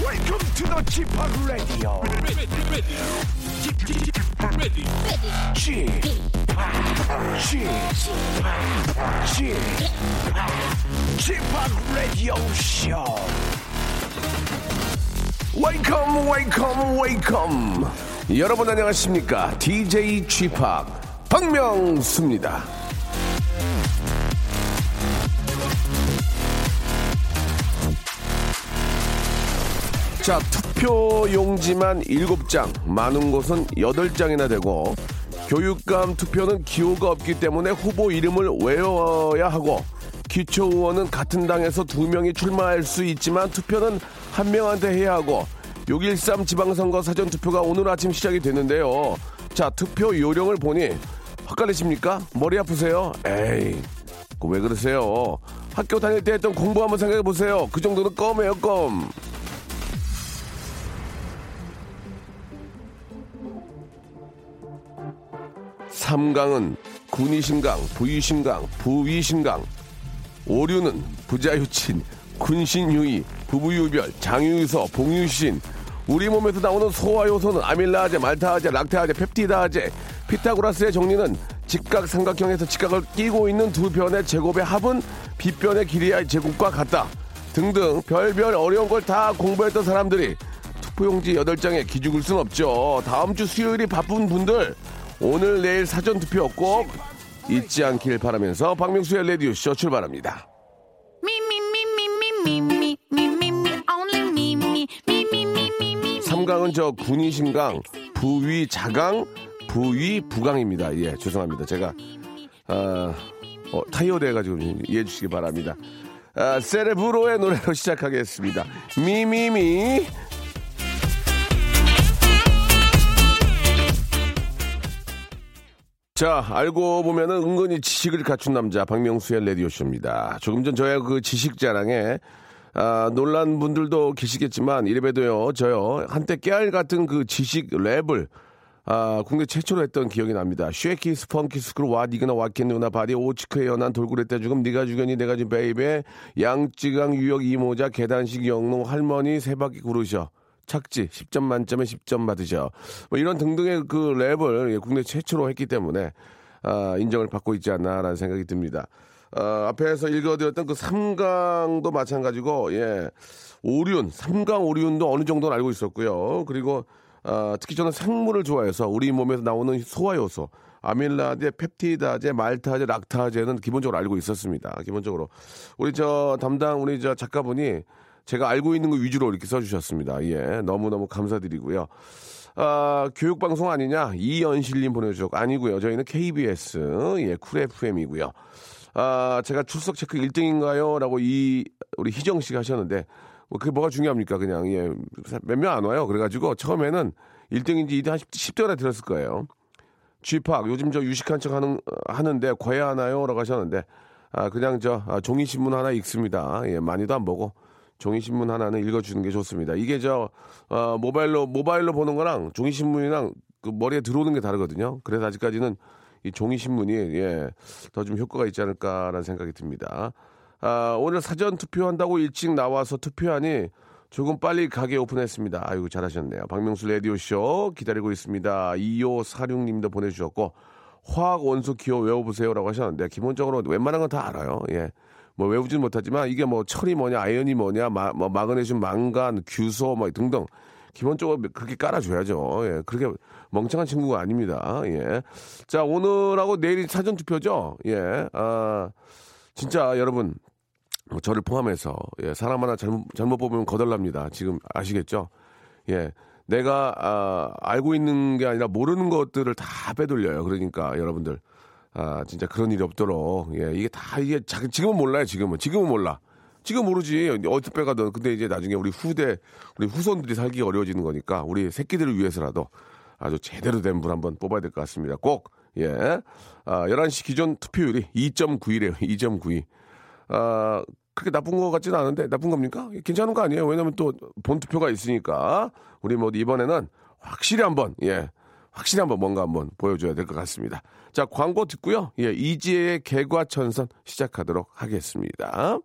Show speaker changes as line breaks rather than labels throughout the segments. Welcome to the g p o p Radio.
ready, ready, ready,
g p o p G p o p Radio Show. Welcome, welcome, welcome. 여러분 안녕하십니까? DJ g p o p 박명수입니다. 자, 투표 용지만 7장, 많은 곳은 8장이나 되고, 교육감 투표는 기호가 없기 때문에 후보 이름을 외워야 하고, 기초 의원은 같은 당에서 두 명이 출마할 수 있지만 투표는 한 명한테 해야 하고, 6.13 지방선거 사전 투표가 오늘 아침 시작이 되는데요. 자, 투표 요령을 보니 헛갈리십니까? 머리 아프세요? 에이. 그왜 그러세요? 학교 다닐 때 했던 공부 한번 생각해 보세요. 그 정도는 껌이에요, 껌. 삼강은 군의신강, 부의신강, 부위신강. 오류는 부자유친, 군신유의, 부부유별, 장유유서, 봉유신. 우리 몸에서 나오는 소화효소는 아밀라아제, 말타아제, 락테아제, 펩티다아제. 피타고라스의 정리는 직각 삼각형에서 직각을 끼고 있는 두 변의 제곱의 합은 빗변의 길이의 제곱과 같다. 등등 별별 어려운 걸 다 공부했던 사람들이 투표용지 8장에 기죽을 순 없죠. 다음 주 수요일이 바쁜 분들 오늘 내일 사전 투표 꼭 잊지 않길 바라면서 박명수의 레디오 쇼 출발합니다.
Me, me, me, me, me, me, me, me, me, me, only me, me, me, me, me, me, me.
삼강은 저 군의신강, 부위 자강, 부위 부강입니다. 예, 죄송합니다. 제가 아, 어, 타이어 돼가지고 좀 이해해 주시기 바랍니다. 아, 세레브로의 노래로 시작하겠습니다. 미미미. 자, 알고 보면은 은근히 지식을 갖춘 남자 박명수의 라디오쇼입니다. 조금 전 저의 그 지식 자랑에 아, 놀란 분들도 계시겠지만 이래봬도요 저요 한때 깨알 같은 그 지식 랩을 아, 국내 최초로 했던 기억이 납니다. 쉐키 스펀키 스크루 와 니그나 와켄 누나 바디 오치크에 연한 돌고래 때 죽음 니가 주견이 내가 준 베이베 양쯔강 유역 이모자 계단식 영농 할머니 세 바퀴 구르셔 착지 10점 만점에 10점 받으셔. 뭐 이런 등등의 그 랩을 예, 국내 최초로 했기 때문에 아, 인정을 받고 있지 않나라는 생각이 듭니다. 어, 앞에서 읽어드렸던 그 삼강도 마찬가지고 예 오륜 삼강 오륜도 어느 정도는 알고 있었고요. 그리고 아, 특히 저는 생물을 좋아해서 우리 몸에서 나오는 소화효소 아밀라제, 펩티다제, 말타제, 락타제는 기본적으로 알고 있었습니다. 기본적으로 우리 저 담당 우리 저 작가분이 제가 알고 있는 거 위주로 이렇게 써주셨습니다. 예, 너무 너무 감사드리고요. 아, 교육방송 아니냐? 이연실님 보내주셨고, 아니고요 저희는 KBS, 예, 쿨 FM이고요 아, 제가 출석 체크 1등인가요? 라고 이, 우리 희정 씨가 하셨는데, 뭐 그게 뭐가 중요합니까? 그냥, 예, 몇 명 안 와요. 그래가지고 처음에는 1등인지 2등 한 10대나 들었을 거예요. 쥐팍 요즘 저 유식한 척 하는 하는데 과외 하나요? 라고 하셨는데 아 그냥 저 아, 종이 신문 하나 읽습니다. 예, 많이도 안 보고 종이 신문 하나는 읽어 주는 게 좋습니다. 이게 저 어, 모바일로 모바일로 보는 거랑 종이 신문이랑 그 머리에 들어오는 게 다르거든요. 그래서 아직까지는 이 종이 신문이 예, 더 좀 효과가 있지 않을까라는 생각이 듭니다. 아, 오늘 사전 투표한다고 일찍 나와서 투표하니 조금 빨리 가게 오픈했습니다. 아이고 잘하셨네요. 박명수 라디오 쇼 기다리고 있습니다. 2546님도 보내주셨고 화학 원소 기호 외워보세요라고 하셨는데 기본적으로 웬만한 건 다 알아요. 예. 뭐 외우진 못하지만 이게 뭐 철이 뭐냐, 아연이 뭐냐, 마, 뭐 마그네슘, 망간, 규소 뭐 등등 기본적으로 그렇게 깔아줘야죠. 예. 그렇게 멍청한 친구가 아닙니다. 예. 자 오늘하고 내일이 사전 투표죠. 예. 아 진짜 여러분 뭐 저를 포함해서 예, 사람 하나 잘못, 잘못 뽑으면 거덜납니다. 지금 아시겠죠? 예, 내가 아, 알고 있는 게 아니라 모르는 것들을 다 빼돌려요. 그러니까 여러분들 아, 진짜 그런 일이 없도록 예, 이게 다 이게 자- 지금은 몰라요. 지금은 지금은 몰라. 지금 모르지 어디 빼가든 근데 이제 나중에 우리 후대 우리 후손들이 살기 어려워지는 거니까 우리 새끼들을 위해서라도 아주 제대로 된 분 한번 뽑아야 될 것 같습니다. 꼭 예. 아, 11시 기존 투표율이 2.9이래요. 2.92. 아, 그렇게 나쁜 것 같지는 않은데 나쁜 겁니까? 괜찮은 거 아니에요. 왜냐면 또 본 투표가 있으니까 우리 모두 이번에는 확실히 한번 예 확실히 한번 뭔가 한번 보여줘야 될 것 같습니다. 자 광고 듣고요. 예 이지혜의 개과천선 시작하도록 하겠습니다.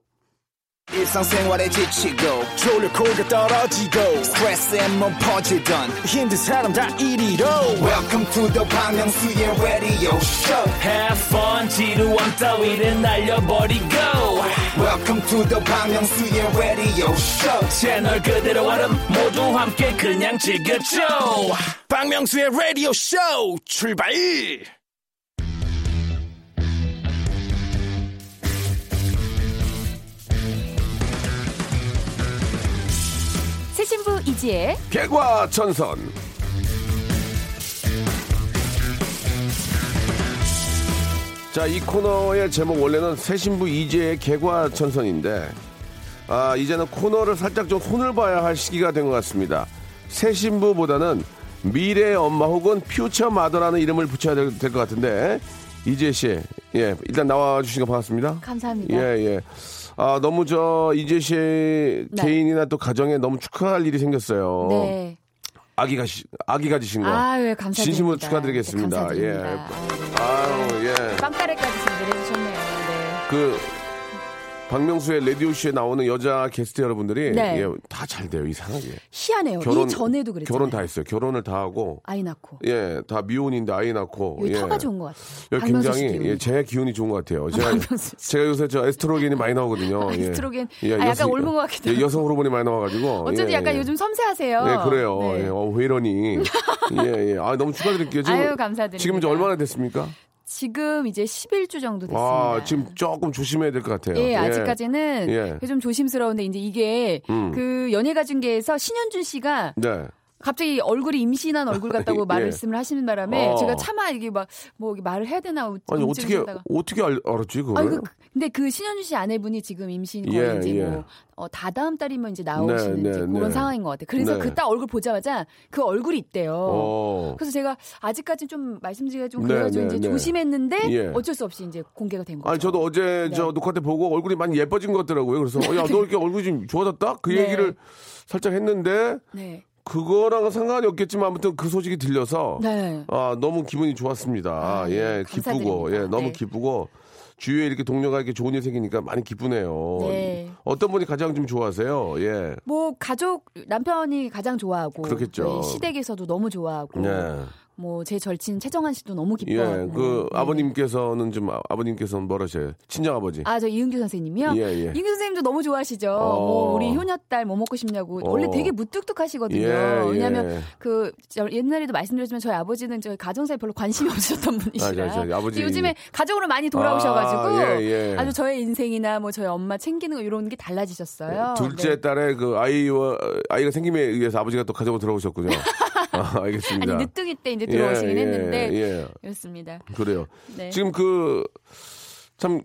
일상생활에 지치고, 졸려 코가 떨어지고, 스트레스에 몸 퍼지던, 힘든 사람 다 이리로. welcome to the Bang Myung-soo's radio show
Have fun 지루함 따위를 날려버리고
welcome to the Bang Myung-soo's radio show
채널 그대로 얼음 모두 함께 그냥 즐겨줘
박명수의 라디오 쇼 출발!
새 신부 이지혜
개과천선. 자, 이 코너의 제목 원래는 새신부 이재의 개과천선인데, 아, 이제는 코너를 살짝 좀 손을 봐야 할 시기가 된 것 같습니다. 새신부보다는 미래의 엄마 혹은 퓨처 마더라는 이름을 붙여야 될 것 같은데, 이재 씨, 예, 일단 나와주신 거 반갑습니다.
감사합니다.
예, 예. 아, 너무 저, 이재 씨
네.
개인이나 또 가정에 너무 축하할 일이 생겼어요.
네.
아기가 시- 아기 가지신 거.
아유 예, 감사드립니다.
진심으로 축하드리겠습니다.
네,
예.
감사드립니다.
아유 예.
빵따래까지 준비해 주셨네요.
그 박명수의 라디오 쇼에 나오는 여자 게스트 여러분들이
네.
예, 다 잘 돼요 이상하게.
희한해요. 이 전에도 그랬죠.
결혼 다 했어요. 결혼을 다 하고
아이 낳고
예, 다 미혼인데 아이 낳고
여기
예.
터가 좋은 것 같아요.
여기
박명수 씨
굉장히
기운이.
예, 제 기운이 좋은 것 같아요. 제가
박명수 씨.
제가 요새 저 에스트로겐이 많이 나오거든요. 예.
에스트로겐. 아, 약간 옮은 것 같기도
예,
하고.
여성 호르몬이 많이 나와가지고
어쩐지
예,
약간
예.
요즘 섬세하세요.
네, 그래요.
네.
예, 어, 왜 이러니? 예, 예. 아, 너무 축하드릴게요. 지금,
아유, 감사드립니다.
지금 이제 얼마나 됐습니까?
지금 이제 11주 정도 됐습니다.
와, 아, 지금 조금 조심해야 될 것 같아요.
예, 아직까지는
예. 음.
그게 좀 조심스러운데 이제 이게 그 연예가 중계에서 신현준 씨가
네.
갑자기 얼굴이 임신한 얼굴 같다고
예.
말씀을 하시는 바람에
어.
제가 차마 이게 막 뭐 말을 해야 되나
아니, 어떻게,
움찔하다가.
어떻게 알, 알았지, 그걸?
아이고, 그- 근데 그 신현주 씨 아내분이 지금 임신 거의
예,
이제
예.
뭐 어, 다다음 달이면 이제 나오시는
네,
이제
네, 네.
그런 상황인 것 같아요. 그래서
네.
그 딱 얼굴 보자마자 그 얼굴이 있대요.
어.
그래서 제가 아직까지 좀 말씀드리기가 좀
네,
그래가지고
네,
이제
네.
조심했는데
예.
어쩔 수 없이 이제 공개가 된 거죠.
아니, 저도 어제
네.
저 녹화 때 보고 얼굴이 많이 예뻐진 것 같더라고요. 그래서, 어, 야, 너 이렇게 얼굴이 좀 좋아졌다? 그
네.
얘기를 살짝 했는데,
네.
그거랑은 상관이 없겠지만 아무튼 그 소식이 들려서
네.
아, 너무 기분이 좋았습니다.
아,
예,
네,
기쁘고, 예,
감사드립니다.
너무
네.
기쁘고, 주위에 이렇게 동료가 이렇게 좋은 일 생기니까 많이 기쁘네요.
네.
어떤 분이 가장 좀 좋아하세요? 예.
뭐 가족 남편이 가장 좋아하고
그렇겠죠.
저희 시댁에서도 너무 좋아하고
예.
뭐 제 절친 최정한 씨도 너무
예,
기뻐하고
그
네.
아버님께서는 좀 아- 아버님께서는 뭐라세요? 친정 아버지.
아, 저 이은규 선생님이요?
예, 예.
이은규 선생님도 너무 좋아하시죠.
어.
뭐 우리 효녀딸 뭐 먹고 싶냐고. 원래
어.
되게 무뚝뚝하시거든요.
예, 예.
왜냐면 하그 저- 옛날에도 말씀드렸지만 저희 아버지는 저희 가정사에 별로 관심이 없으셨던 분이시라.
아, 저- 저 아버지.
요즘에 가정으로 많이 돌아오셔가지고
아, 예, 예.
주 저의 인생이나 뭐 저희 엄마 챙기는 거 이런 게 달라지셨어요.
둘째
네.
딸의 그 아이와 아이가 생김에 의해서 아버지가 또 가정으로 들어오셨군요. 아, 알겠습니다.
아니 늦둥이 때 이제 들어오시긴
예,
했는데
예, 예.
그렇습니다.
그래요.
네.
지금 그 참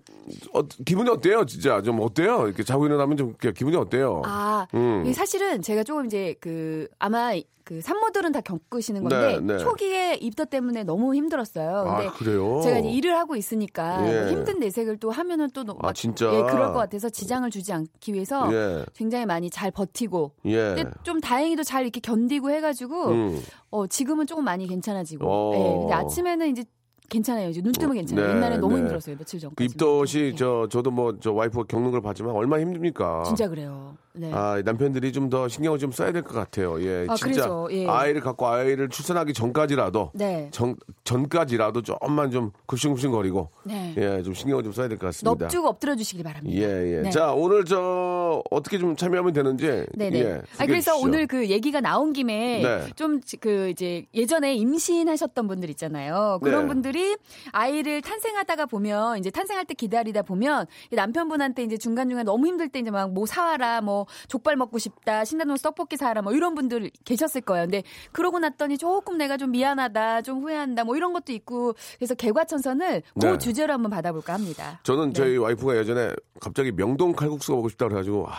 기분이 어때요? 진짜 좀 어때요? 이렇게 자고 일어나면 좀 이렇게 기분이 어때요?
아,
음.
이 사실은 제가 조금 이제 그 아마 그 산모들은 다 겪으시는 건데
네, 네.
초기에 입덧 때문에 너무 힘들었어요.
아,
근데
그래요?
제가 이제 일을 하고 있으니까
예.
뭐 힘든 내색을 또 하면은 또 너무-
아, 진짜?
예, 그럴 것 같아서 지장을 주지 않기 위해서
예.
굉장히 많이 잘 버티고
예.
근데 좀 다행히도 잘 이렇게 견디고 해가지고
음.
어, 지금은 조금 많이 괜찮아지고
어.
예, 근데 아침에는 이제 괜찮아요. 이제 눈 뜨면 괜찮아요.
네,
옛날에 너무
네.
힘들었어요. 며칠 예. 전까지.
그 입덧이 저 저도 뭐 저 와이프가 겪는 걸 봤지만 얼마나 힘듭니까?
네. 진짜 그래요. 네.
아, 남편들이 좀 더 신경을 좀 써야 될 것 같아요. 예,
아,
진짜
그래서, 예.
아이를 갖고 아이를 출산하기 전까지라도
네.
전, 전까지라도 좀만 좀 굽신굽신거리고
네.
예, 좀 신경을 좀 써야 될 것 같습니다.
넙죽 엎드려 주시길 바랍니다.
예, 예.
네.
자, 오늘 저 어떻게 좀 참여하면 되는지
네네.
예.
아
소개해
그래서
주시죠.
오늘 그 얘기가 나온 김에
네.
좀 그 이제 예전에 임신하셨던 분들 있잖아요. 그런
네.
분들이 아이를 탄생하다가 보면 이제 탄생할 때 기다리다 보면 이 남편분한테 이제 중간 중간 너무 힘들 때 이제 막 뭐 사와라, 뭐 족발 먹고 싶다, 신라동 떡볶이 사라, 뭐 이런 분들 계셨을 거예요. 근데 그러고 났더니 조금 내가 좀 미안하다, 좀 후회한다, 뭐 이런 것도 있고 그래서 개과천선을 그
네.
주제로 한번 받아볼까 합니다.
저는 저희 와이프가 예전에 갑자기 명동 칼국수가 먹고 싶다 그래 가지고 아,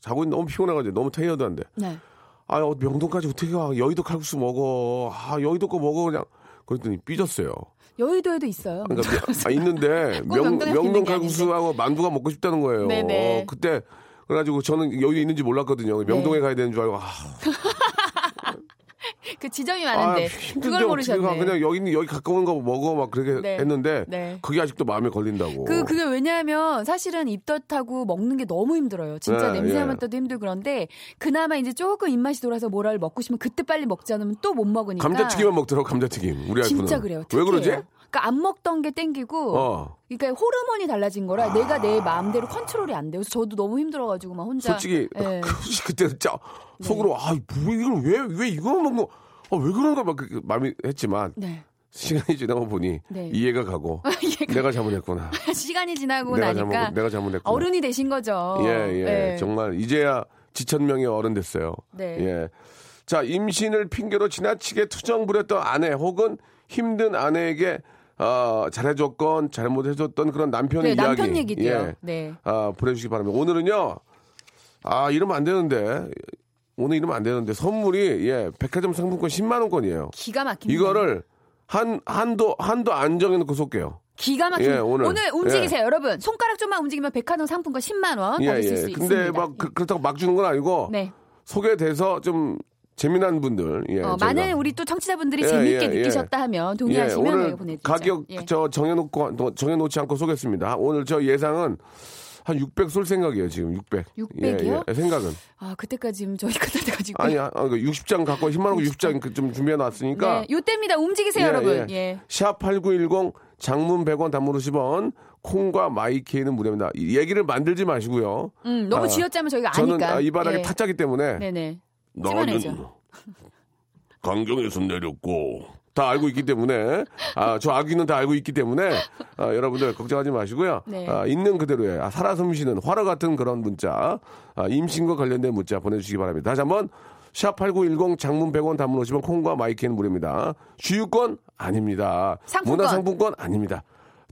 자고 있는데 너무 피곤해 가지고 너무 타이어드한데
네.
아, 어, 명동까지 어떻게 가? 여의도 칼국수 먹어. 아, 여의도 거 먹어 그냥 그랬더니 삐졌어요.
여의도에도 있어요.
그러니까 명- 아, 있는데
꼭
명,
명동에서 있는
명동
게
칼국수하고 만두가 먹고 싶다는 거예요.
네네.
어, 그때
네.
그래가지고 저는 여기 있는지 몰랐거든요. 명동에 가야 되는 줄 알고 아,
그 지점이
아,
많은데
힘든데
그걸
어떻게
모르셨네.
가. 그냥 여기 있는 여기 가까운 거 먹어 막 그렇게
네.
했는데
네.
그게 아직도 마음에 걸린다고.
그 그게 왜냐하면 사실은 입덧하고 먹는 게 너무 힘들어요. 진짜
네, 예.
냄새 맡아도 힘들고 그런데 그나마 이제 조금 입맛이 돌아서 뭐를 먹고 싶으면 그때 빨리 먹지 않으면 또 못 먹으니까.
감자튀김만 먹더라고 감자튀김. 우리 아이프는.
그러니까. 진짜 그래요.
왜
특이해요.
그러지?
그러니까 안 먹던 게 땡기고.
어. 아.
그러니까 호르몬이 달라진 거라 내가 내 마음대로 컨트롤이 안 돼요. 그래서 저도 너무 힘들어가지고 막 혼자.
솔직히
예. 네.
그- 그때 진짜 속으로 아뭐 이걸 왜 왜 이거 먹는 아왜 그런가 막 그- 마음이 했지만
네.
시간이 지나고 보니
네.
이해가 가고
이해가
내가 잘못했구나.
시간이 지나고
내가
나니까
잘못 내가 잘못했구나.
어른이 되신 거죠.
예, 예.
예.
정말 이제야 지천명의 어른 됐어요.
네.
예. 자, 임신을 핑계로 지나치게 투정 부렸던 아내 혹은 힘든 아내에게 어, 잘해줬건 잘못해줬던 그런 남편
네,
이야기.
남편 얘기도요.
예.
네.
아, 보내주시기 바랍니다. 오늘은요, 아, 이러면 안 되는데, 오늘 이러면 안 되는데, 선물이, 예, 백화점 상품권 10만원권이에요.
기가 막힌
이거를 한, 한도, 한도 안 정해놓고 쏠게요.
기가 막힌
예, 오늘.
움직이세요, 여러분. 손가락 좀만 움직이면 백화점 상품권 10만 원
예,
받으실
예.
어, 수 있습니다.
근데 막 그, 그렇다고 막 주는 건 아니고,
네.
소개돼서 좀 재미난 분들 예,
어,
저희가.
많은 우리 또 청취자분들이
예,
재미있게
예, 예.
느끼셨다 하면
예,
동의하시면 네,
오늘
보내 주시죠. 예.
가격 저 정해놓고 또 정해놓지 않고 소개했습니다. 오늘 저 예상은 한 600 쏠 생각이에요 지금 600.
600 이요?
예, 생각은
아, 그때까지면 저희 끝날 때 가지고.
아니 아, 60장 갖고 10만 원 60장 좀 준비해 놨으니까.
네, 요때입니다. 움직이세요, 여러분. 예.
샵8910 장문 100원 단문 50원 콩과 마이케이는 무료입니다. 이 얘기를 만들지 마시고요.
음, 너무
아,
쥐어짜면 저희가
저는
아니까.
아, 이 바닥에
예.
타짜기 때문에
네네.
나는
찝어내죠.
강경에서 내렸고 다 알고 있기 때문에 아 저 아귀는 다 알고 있기 때문에 아, 여러분들 걱정하지 마시고요.
네.
아, 있는 그대로의 아, 살아 숨쉬는 화로 같은 그런 문자 아, 임신과 관련된 문자 보내주시기 바랍니다. 다시 한번 샵 8910 장문 100원 단문 50원 콩과 마이키는 무료입니다. 주유권 아닙니다.
상품권.
문화상품권 아닙니다.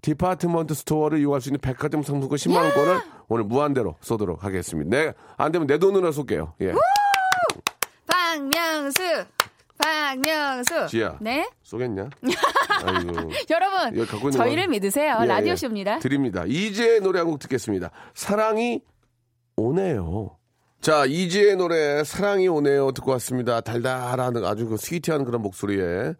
디파트먼트 스토어를 이용할 수 있는 백화점 상품권 10만 원권을 오늘 무한대로 쏘도록 하겠습니다. 네, 안 되면 내 돈으로 쏠게요. 예.
박명수. 박명수.
지야.
네.
쏘겠냐? 아이고.
여러분,
예, 여기 갖고 있는
저희를
건-
믿으세요.
예, 예.
라디오쇼입니다.
드립니다. 이지의 노래 한 곡 듣겠습니다. 사랑이 오네요. 자, 이지의 노래 사랑이 오네요 듣고 왔습니다. 달달한 아주 그 스위트한 그런 목소리의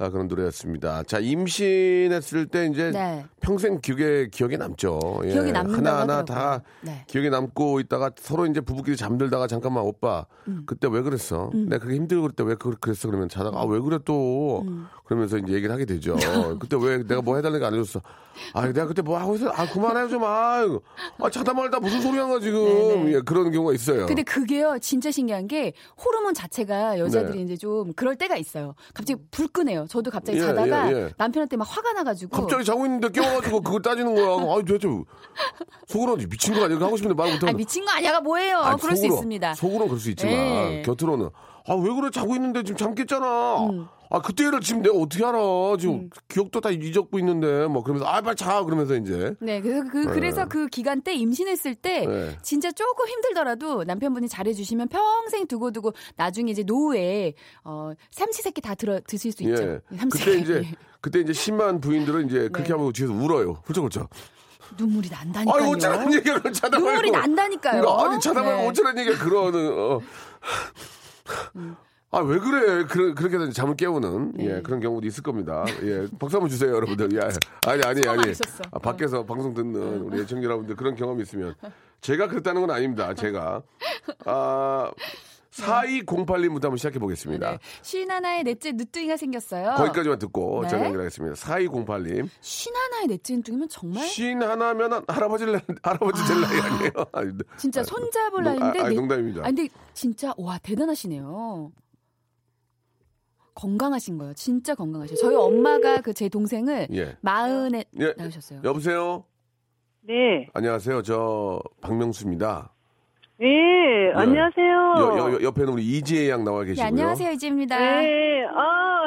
아, 그런 노래였습니다. 자, 임신했을 때 이제
네.
평생 기억에 기억에 남죠. 예.
기억에 남는다고
하나하나
하더라고요.
다
네.
기억에 남고 있다가 서로 이제 부부끼리 잠들다가 잠깐만 오빠 그때 왜 그랬어?
음.
내가 그게 힘들고 그때 왜 그- 그랬어? 그러면 자다가 아 왜 그래 또
음.
그러면서 이제 얘기를 하게 되죠. 그때 왜 내가 뭐 해달라는 게 안 해줬어? 아 내가 그때 뭐 하고 있어? 아 그만해 좀 아, 이거. 아 자다 말다 무슨 소리 한거 지금 예, 그런 경우가 있어요.
근데 그게요, 진짜 신기한 게 호르몬 자체가 여자들이
네.
이제 좀 그럴 때가 있어요. 갑자기 불 끄네요. 저도 갑자기
예,
자다가
예, 예.
남편한테 막 화가 나가지고
갑자기 자고 있는데 깨워가지고 그걸 따지는 거야. 아 도대체 속으로 미친 거 아니야? 그거 하고 싶은데 말
아
못하고.
미친 거 아니야가 뭐예요?
아니,
그럴
속으로,
수 있습니다.
속으로는 그럴 수 있지만
예.
곁으로는 아 왜 그래 자고 있는데 지금 잠 깼잖아.
음.
아 그때를 지금 내가 어떻게 알아? 지금 기억도 다 잊었고 있는데 뭐 그러면서 아 빨리 자 그러면서 이제
네, 그래서 그 그래서 그 기간 때 임신했을 때
네.
진짜 조금 힘들더라도 남편분이 잘해주시면 평생 두고 두고 나중에 이제 노후에 어 삼시세끼 다 들어 드실 수 있죠.
예 그때
삼시세끼
이제 그때 이제 심한 부인들은 이제 그렇게
네.
하면 뒤에서 울어요 훌쩍훌쩍.
눈물이
아니
난다니까요. 네.
어쩌란 얘기야 그걸 자다 말고.
눈물이 난다니까요.
그러니까 아니 자다 말고
네.
어쩌란 얘기야 그러는 어. 아 왜 그래 그러, 그렇게 해서 잠을 깨우는
네.
예 그런 경우도 있을 겁니다 예 박수 한번 주세요 여러분들 예 아니 아니
수고
아니
많으셨어. 네.
아, 밖에서 방송 듣는 우리 애청자 여러분들 그런 경험이 있으면 제가 그랬다는 건 아닙니다 제가 아 4208님부터 한번 시작해 보겠습니다
네. 신하나의 넷째 늦둥이가 생겼어요.
거기까지만 듣고
네.
제가 연결하겠습니다 4208님
신하나의 넷째 늦둥이면 정말
쉰 하나면 은 할아버지 를 할아버지 될 나이 아니에요 아니,
진짜 손잡을
농- 아,
나이인데
아니,
내-
농담입니다.
뭐, 아 근데 진짜 와 대단하시네요. 건강하신 거예요. 진짜 건강하셔. 저희 엄마가 그 제 동생을
예.
마흔에
예.
낳으셨어요.
여보세요
네.
안녕하세요. 저 박명수입니다.
네, 안녕하세요.
여, 여, 여- 옆에는 우리 이지혜 양 나와
예,
계시고요.
안녕하세요 이지입니다.
네, 아,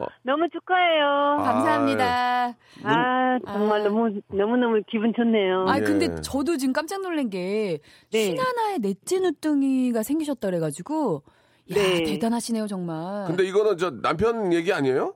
어.
너무 축하해요.
감사합니다.
아, 정말
아.
너무, 너무너무 기분 좋네요.
아
예.
근데 저도 지금 깜짝 놀란 게
네.
신하나의 넷째 누뚱이가 생기셨다 그래가지고 야
네.
대단하시네요 정말.
근데 이거는 저 남편 얘기 아니에요?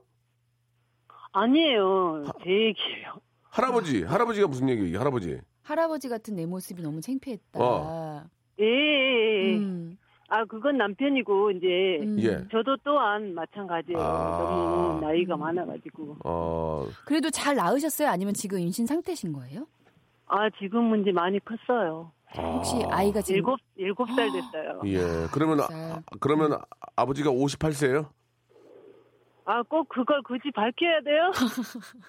아니에요. 제 얘기예요.
할아버지, 할아버지가 무슨 얘기? 할아버지.
할아버지 같은 내 모습이 너무 창피했다.
어.
예, 예, 예.
음.
아, 그건 남편이고, 이제,
음.
예.
저도 또한 마찬가지예요.
아.
너무
음.
나이가 많아가지고.
어,
그래도 잘 낳으셨어요? 아니면 지금 임신 상태신 거예요?
아, 지금은 이제 많이 컸어요.
혹시 아이가 지금 아.
일곱, 일곱 살 됐어요.
예. 그러면, 아-
자.
아, 그러면 아- 아버지가 58세예요
아, 꼭 그걸 굳이 밝혀야 돼요?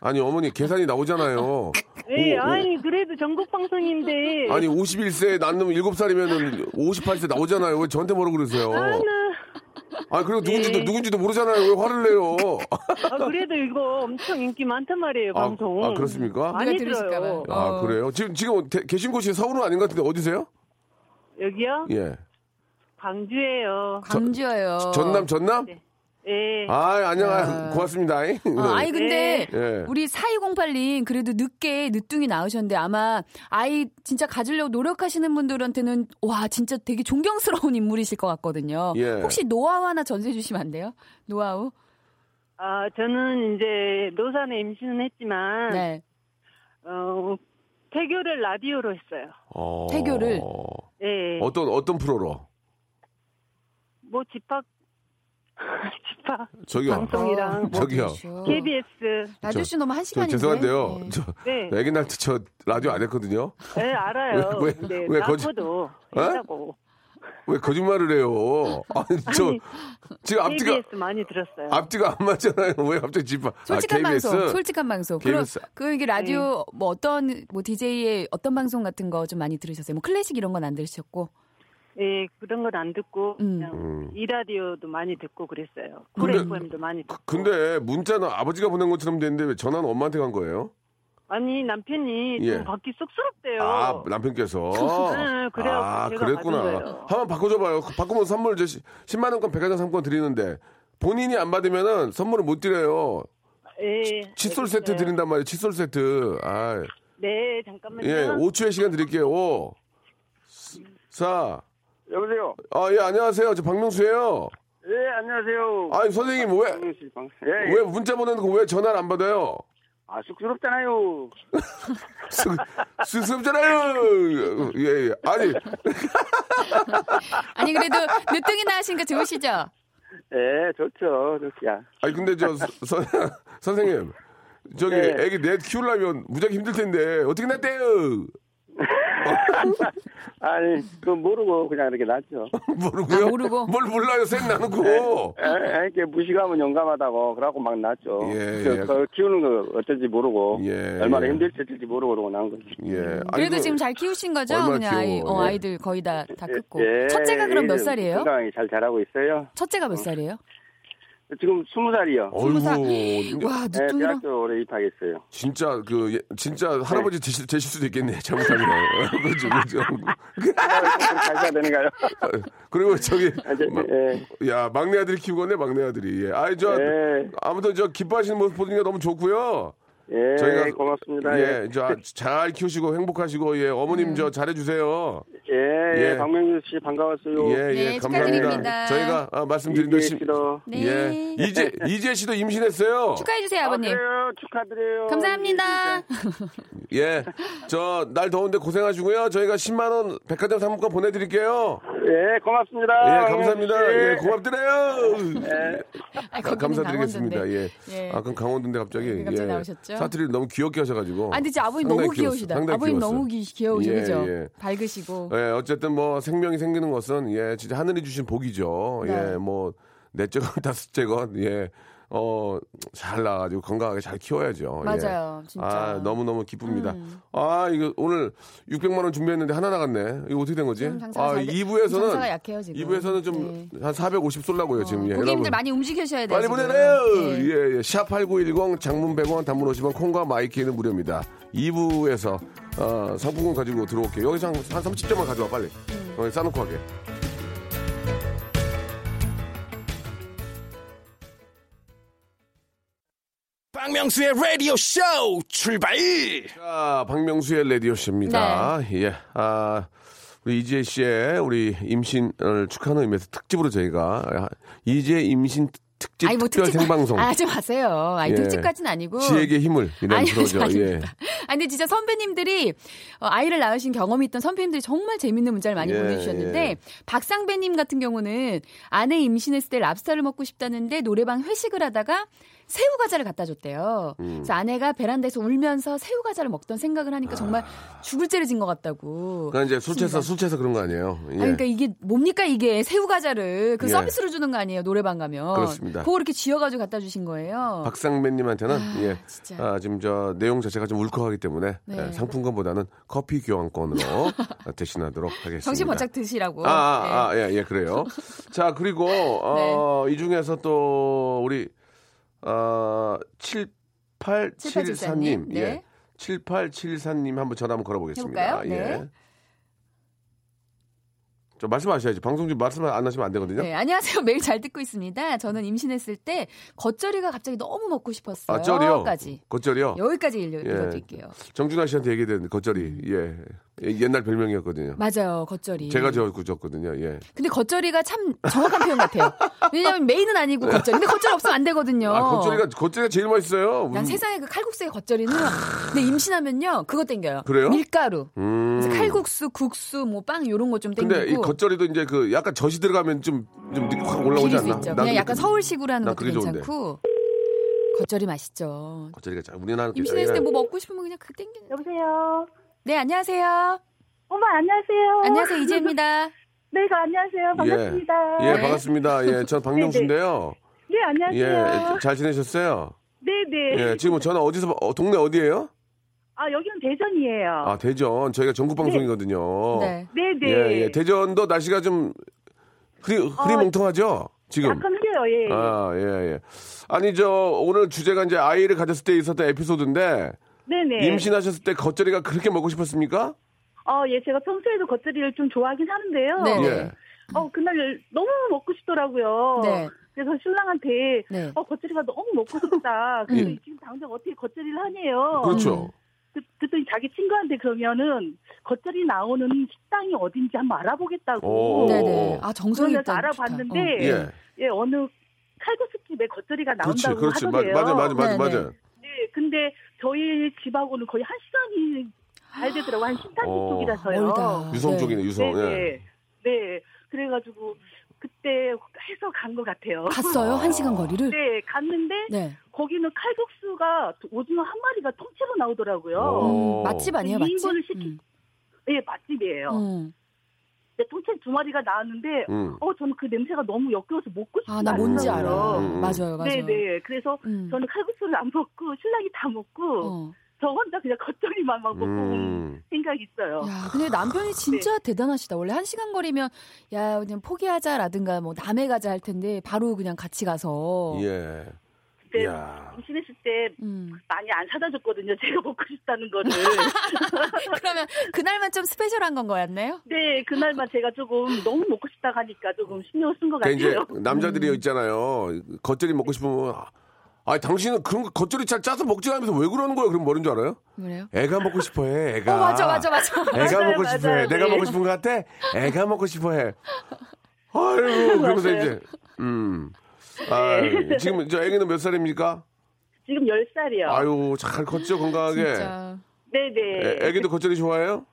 아니, 어머니, 계산이 나오잖아요. 오, 오.
에이, 예, 아니, 그래도 전국방송인데.
아니, 어. 51세에 낳는 놈 7살이면은 58세 나오잖아요. 네. 왜 저한테 뭐라 그러세요? 아, 그리고 누군지도,
예.
누군지도 모르잖아요. 왜 화를 내요?
아, 그래도 이거 엄청 인기 많단 말이에요,
아,
방송.
아, 그렇습니까?
많이
누가 들으실까
들어요.
봐요.
아,
어.
그래요? 지금, 지금 대- 계신 곳이 서울은 아닌 것 같은데 어디세요?
여기요?
예.
광주예요.
강주예요.
전남, 전남?
예.
아, 안녕, 아, 고맙습니다.
어, 네. 아이 근데
네.
예.
우리 4208님 그래도 늦게 늦둥이 낳으셨는데 아마 아이 진짜 가지려고 노력하시는 분들한테는 와 진짜 되게 존경스러운 인물이실 것 같거든요.
예.
혹시 노하우 하나 전수해 주시면 안 돼요? 노하우?
아, 저는 이제 노산에 임신은 했지만,
네.
어, 태교를 라디오로 했어요.
어, 네.
태교를.
예.
어떤, 어떤 프로로?
뭐 집합,
아.
집합,
저기요.
방송이랑 뭐
저기요.
KBS.
라디오 씨 너무 한
저
시간인데.
죄송한데요.
예.
저,
네.
애기 날 때 저 라디오 안 했거든요.
예, 알아요.
왜- 왜-
근데
왜 거짓-
나고도
예?
했다고.
왜 거짓말을 해요? 아니, 저,
아니,
지금 앞뒤가,
KBS 많이 들었어요.
앞뒤가 안 맞잖아요. 왜 갑자기 집,
솔직한
아, KBS?
방송, 솔직한 방송. 그럼
KBS.
그 이게 라디오
네.
뭐 어떤 뭐 DJ의 어떤 방송 같은 거 좀 많이 들으셨어요? 뭐 클래식 이런 건 안 들으셨고.
예, 그런 건 안 듣고
음.
그냥
음.
이 라디오도 많이 듣고 그랬어요.
근데- 그,
브레이프엠도 많이 듣고.
근데 문자는 아버지가 보낸 것처럼 됐는데 왜 전화는 엄마한테 간 거예요?
아니 남편이
예.
좀 받기 쑥스럽대요.
아, 남편께서.
네, 그래갖고
아,
제가 받은 거예요.
그랬구나. 한번 바꿔줘봐요. 바꾸면 선물, 저 10만원권 백화점 상권 드리는데, 본인이 안 받으면은 선물을 못 드려요.
예,
칫솔
알겠어요.
세트 드린단 말이에요. 칫솔 세트. 아,
네, 잠깐만요.
예, 5초의 시간 드릴게요. 5, 4.
여보세요.
아, 예, 안녕하세요. 저 박명수예요.
예, 안녕하세요.
아니, 선생님, 왜,
박명수 씨 방- 예, 예.
왜 문자 보내는 거 왜 전화를 안 받아요?
아, 쑥스럽잖아요.
쑥스럽잖아요. 예, 예. 아니,
아니 그래도 늦둥이 나으시니까 좋으시죠?
예, 좋죠. 좋지야.
아니 근데 저 선, 선생님 저기
네.
애기 넷 키우려면 무지하게 힘들 텐데 어떻게 낳대요?
아니, 그건 모르고 그냥 이렇게 났죠.
모르고요.
아, 모르고?
뭘 몰라요? 셋 나누고.
예, 이렇게 무식하면 용감하다고 그러고 막 났죠.
예,
그,
예.
그 키우는 거 어쩐지 모르고
예,
얼마나
예.
힘들지 어쩔지 모르고 그러고 난 거지.
예. 아니,
그래도
그-
지금 잘 키우신 거죠?
얼마나
그냥 아이,
귀여워,
어,
예.
아이들 거의 다 다 크고.
예,
첫째가 그럼 몇
애들
살이에요?
건강히 잘 자라고 있어요.
첫째가 몇 살이에요?
지금 스무 살이요.
어이구,
스무 살.
그-
와
예,
늦둥이랑
대학교 올해 입학했어요.
진짜 그 예, 진짜 할아버지 되실, 되실 수도 있겠네. 잘못하면. 그렇죠, 그죠, 그죠.
잘 자야 되는가요?
그리고 저기
이제,
마-
예.
야 막내 아들이 키우고네 막내 아들이. 예. 아이 저
예.
아무튼 저 기뻐하시는 모습 보니까 너무 좋고요.
예,
저희가
고맙습니다.
예, 저잘 키우시고 행복하시고 예, 어머님 저 잘해주세요.
예,
예.
예, 박명수 씨 반가웠어요.
예, 예,
네,
감사합니다.
축하드립니다.
저희가 아, 말씀드린
이재
대로 심-
씨도.
네.
예, 이재 이재 씨도 임신했어요.
축하해 주세요 아버님.
아, 그래요. 예. 축하드려요.
감사합니다.
예, 저 날 더운데 고생하시고요. 저희가 10만 원 백화점 상품권 보내드릴게요.
예, 예. 고맙습니다.
예, 감사합니다. 예,
박명수 씨.
고맙드려요.
아,
아,
거기는
감사드리겠습니다.
강원도인데.
예.
예.
아, 그럼 강원도인데 갑자기 예.
네, 갑자기 나오셨죠?
사투리를 너무 귀엽게 하셔가지고.
아, 근데 진짜 아버님
상당히
너무
귀여웠어요.
귀여우시다.
상당히
아버님
귀여웠어요.
너무 귀- 귀여우셔,
예,
그죠?
예.
밝으시고.
예, 어쨌든 뭐 생명이 생기는 것은 예, 진짜 하늘이 주신 복이죠.
네.
예, 뭐 넷째건 다섯째건 예, 어, 잘 나가지고 건강하게 잘 키워야죠. 예.
맞아요, 진짜. 음.
아, 너무너무 기쁩니다. 아, 이거 오늘 600만 원 준비했는데 하나 나갔네. 이거 어떻게 된 거지?
지금 장사가
아,
잘 돼-
2부에서는
장사가 약해요, 지금. 네.
2부에서는 좀 한 450 쏠라고요, 지금. 예,
고객님들
여러분.
많이 움직이셔야 돼요.
빨리
지금.
보내래요.
예.
예, 예. 샵8910 장문 100원 단문 50원 콩과 마이키는 무료입니다. 2부에서 어, 상품권 가지고 들어올게요. 여기서 한, 한 30점만 가져와 빨리.
음.
여기 싸놓고 하게.
박명수의 라디오 쇼 출발!
자, 박명수의 레디오쇼입니다.
네.
예. 아, 우리 이재 씨의 우리 임신을 축하하는 의미에서 특집으로 저희가 이재 임신 특집
아니, 뭐
예. 특별
특집-
생방송.
아, 하지 마세요. 아니,
예.
특집까지는 아니고.
지에게 힘을 이런
아니,
프로죠.
아니,
예.
아닙니다. 아니, 근데 진짜 선배님들이, 어, 아이를 낳으신 경험이 있던 선배님들이 정말 재밌는 문자를 많이
예,
보내주셨는데,
예.
박상배님 같은 경우는 아내 임신했을 때 랍스타를 먹고 싶다는데 노래방 회식을 하다가 새우과자를 갖다 줬대요.
음.
그래서 아내가 베란다에서 울면서 새우과자를 먹던 생각을 하니까 정말 죽을 죄를 진 것 같다고.
아. 그러니까 이제 술 취해서
했습니다.
술 취해서 그런 거 아니에요. 예.
아니, 그러니까 이게 뭡니까 이게 새우과자를 그
예.
서비스로 주는 거 아니에요 노래방 가면
그렇습니다.
그거 이렇게 쥐어가지고 갖다 주신 거예요.
박상배님한테는 예.
진짜.
아, 지금 저 내용 자체가 좀 울컥하기 때문에
네.
예, 상품권보다는 커피 교환권으로 대신하도록 하겠습니다.
정신 번짝 드시라고. 네.
아, 아, 아, 예, 예, 그래요. 자, 그리고, 어, 이 중에서 또, 우리, 어, 7874님.
네.
예. 7874님 한번 전화 한번 걸어보겠습니다.
해볼까요?
예.
네.
저 말씀하셔야지. 방송 중 말씀 안 하시면 안 되거든요.
네. 네, 안녕하세요. 매일 잘 듣고 있습니다. 저는 임신했을 때 겉절이가 갑자기 너무 먹고 싶었어요.
아, 쩔이요?
여기까지.
겉절이요?
여기까지 읽어,
예.
읽어드릴게요.
정준하 씨한테 얘기된 겉절이. 예. 예, 옛날 별명이었거든요.
맞아요, 겉절이.
제가 지었거든요. 예.
근데 겉절이가 참 정확한 표현 같아요. 왜냐하면 메인은 아니고 겉절이. 근데 겉절이 없으면 안 되거든요.
아, 겉절이가, 겉절이가 제일 맛있어요.
어.
음.
난 세상에 그 칼국수의 겉절이는 근데 임신하면요 그거 땡겨요.
그래요?
밀가루.
음.
그래서 칼국수, 국수, 뭐 빵 요런 거 좀 땡기고.
근데 이 겉절이도 이제 그 약간 젖이 들어가면 좀좀확 올라오지
비릴 수
않나?
있죠.
난
그냥
근데
약간 서울식으로 하는
난
것도
그게 좋은데. 아,
괜찮고. 겉절이 맛있죠.
겉절이가 잘 우리나라 예.
임신했을 때 뭐 먹고 싶으면 그냥 그 땡기는.
여보세요.
네 안녕하세요.
어머 안녕하세요.
안녕하세요 이재입니다.
네, 그 안녕하세요. 반갑습니다.
예, 예
네.
반갑습니다. 예, 전 박명수인데요.
네, 안녕하세요.
예, 잘 지내셨어요?
네, 네.
예, 지금 전화 어디서 어, 동네 어디예요?
아, 여기는 대전이에요.
아, 대전. 저희가 전국 방송이거든요.
네.
어. 네, 네. 어,
예, 예. 대전도 날씨가 좀 흐리 흐리멍텅하죠? 지금.
약간 그래요. 예.
아, 예, 예. 아니 저 오늘 주제가 이제 아이를 가졌을 때 있었던 에피소드인데
네, 네.
임신하셨을 때 겉절이가 그렇게 먹고 싶었습니까?
어, 예, 제가 평소에도 겉절이를 좀 좋아하긴 하는데요.
네.
예.
어, 그날 너무 먹고
어.
싶더라고요.
네.
그래서 신랑한테
네.
어, 겉절이가 너무 먹고 싶다. 근데
음.
지금 당장 어떻게 겉절이를 하네요.
그렇죠.
그, 그랬더니 자기 친구한테 그러면은 겉절이 나오는 식당이 어딘지 한번 알아보겠다고.
오.
네네. 아 정성이
그러면서
있다.
알아봤는데
좋다. 어.
예.
예.
예, 어느 칼국수집에 겉절이가
그렇지,
나온다고
그렇지. 맞,
하더래요.
맞아, 맞아, 맞아,
네,
맞아.
네, 근데 저희 집하고는 거의 한 시간이 잘 되더라고요. 한 신탄지
어.
쪽이라서요.
멀다.
유성
네.
쪽이네, 유성. 예.
네, 네. 그래가지고 그때 해서 간 것 같아요.
갔어요 한 시간 거리를.
네, 갔는데
네.
거기는 칼국수가 오징어 한 마리가 통째로 나오더라고요.
오.
음, 맛집 아니에요
그 이
맛집?
인분을 시키- 네, 맛집이에요.
음.
근데 통째로 두 마리가 나왔는데
음.
어, 저는 그 냄새가 너무 역겨워서 먹고 싶지
아 나 뭔지 알아.
않더라고요.
음, 음.
맞아요 맞아요.
네, 네. 그래서
음.
저는 칼국수를 안 먹고 신랑이 다 먹고
어.
저 혼자 그냥 겉절이만 막 먹고 온
음.
생각이 있어요. 네.
야, 근데 남편이 진짜 대단하시다. 원래 한 시간 거리면 야 그냥 포기하자라든가 뭐 남해 가자 할 텐데 바로 그냥 같이 가서.
예.
그때
야.
임신했을 때
음.
많이 안 찾아줬거든요. 제가 먹고 싶다는 거를.
그러면 그날만 좀 스페셜한 건 거였나요?
네, 그날만 제가 조금 너무 먹고 싶다 하니까 조금 신경을 쓴 것
그러니까 이제
같아요. 음.
남자들이 있잖아요. 겉절이 먹고 싶으면 아, 아, 당신은 그런 거 겉절이 잘 짜서 먹지 않으면서 왜 그러는 거야? 그럼 뭐라는 줄 알아요?
그래요?
애가 먹고 싶어해. 애가.
어 맞아 맞아 맞아.
애가
맞아요,
먹고 싶어해.
맞아요.
내가
네.
먹고 싶은 것 같아. 애가 먹고 싶어해. 아유, 그러면서 이제 음. 아,
네.
지금 저 애기는 몇 살입니까?
지금 10살이요.
아유, 잘 컸죠, 건강하게.
진짜.
네네.
애, 기도 겉절이 좋아해요?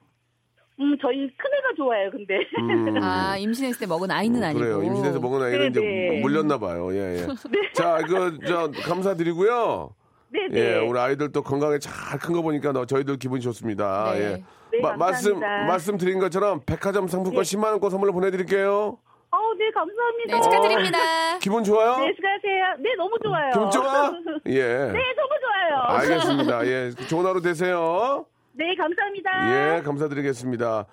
음, 저희 큰애가 좋아해요, 근데.
음. 어,
아 임신했을 때 먹은 아이는 아니고.
그래요. 임신해서 먹은 아이는 이제
네네. 네.
물렸나 봐요. 예, 예. 자, 그, 저, 감사드리고요.
네네.
예, 우리 아이들 또 건강에 잘 큰 거 보니까 너, 저희들 기분이 좋습니다.
네.
예.
네,
말씀,
감사합니다. 네.
말씀 드린 것처럼 백화점 상품권 10만원권 선물로 보내드릴게요.
어, 네, 감사합니다.
네 축하드립니다.
기분 좋아요?
네, 수고하세요. 네, 너무 좋아요.
기분 좋아? 예.
네, 너무 좋아요.
알겠습니다. 예. 좋은 하루 되세요.
네, 감사합니다.
예, 감사드리겠습니다.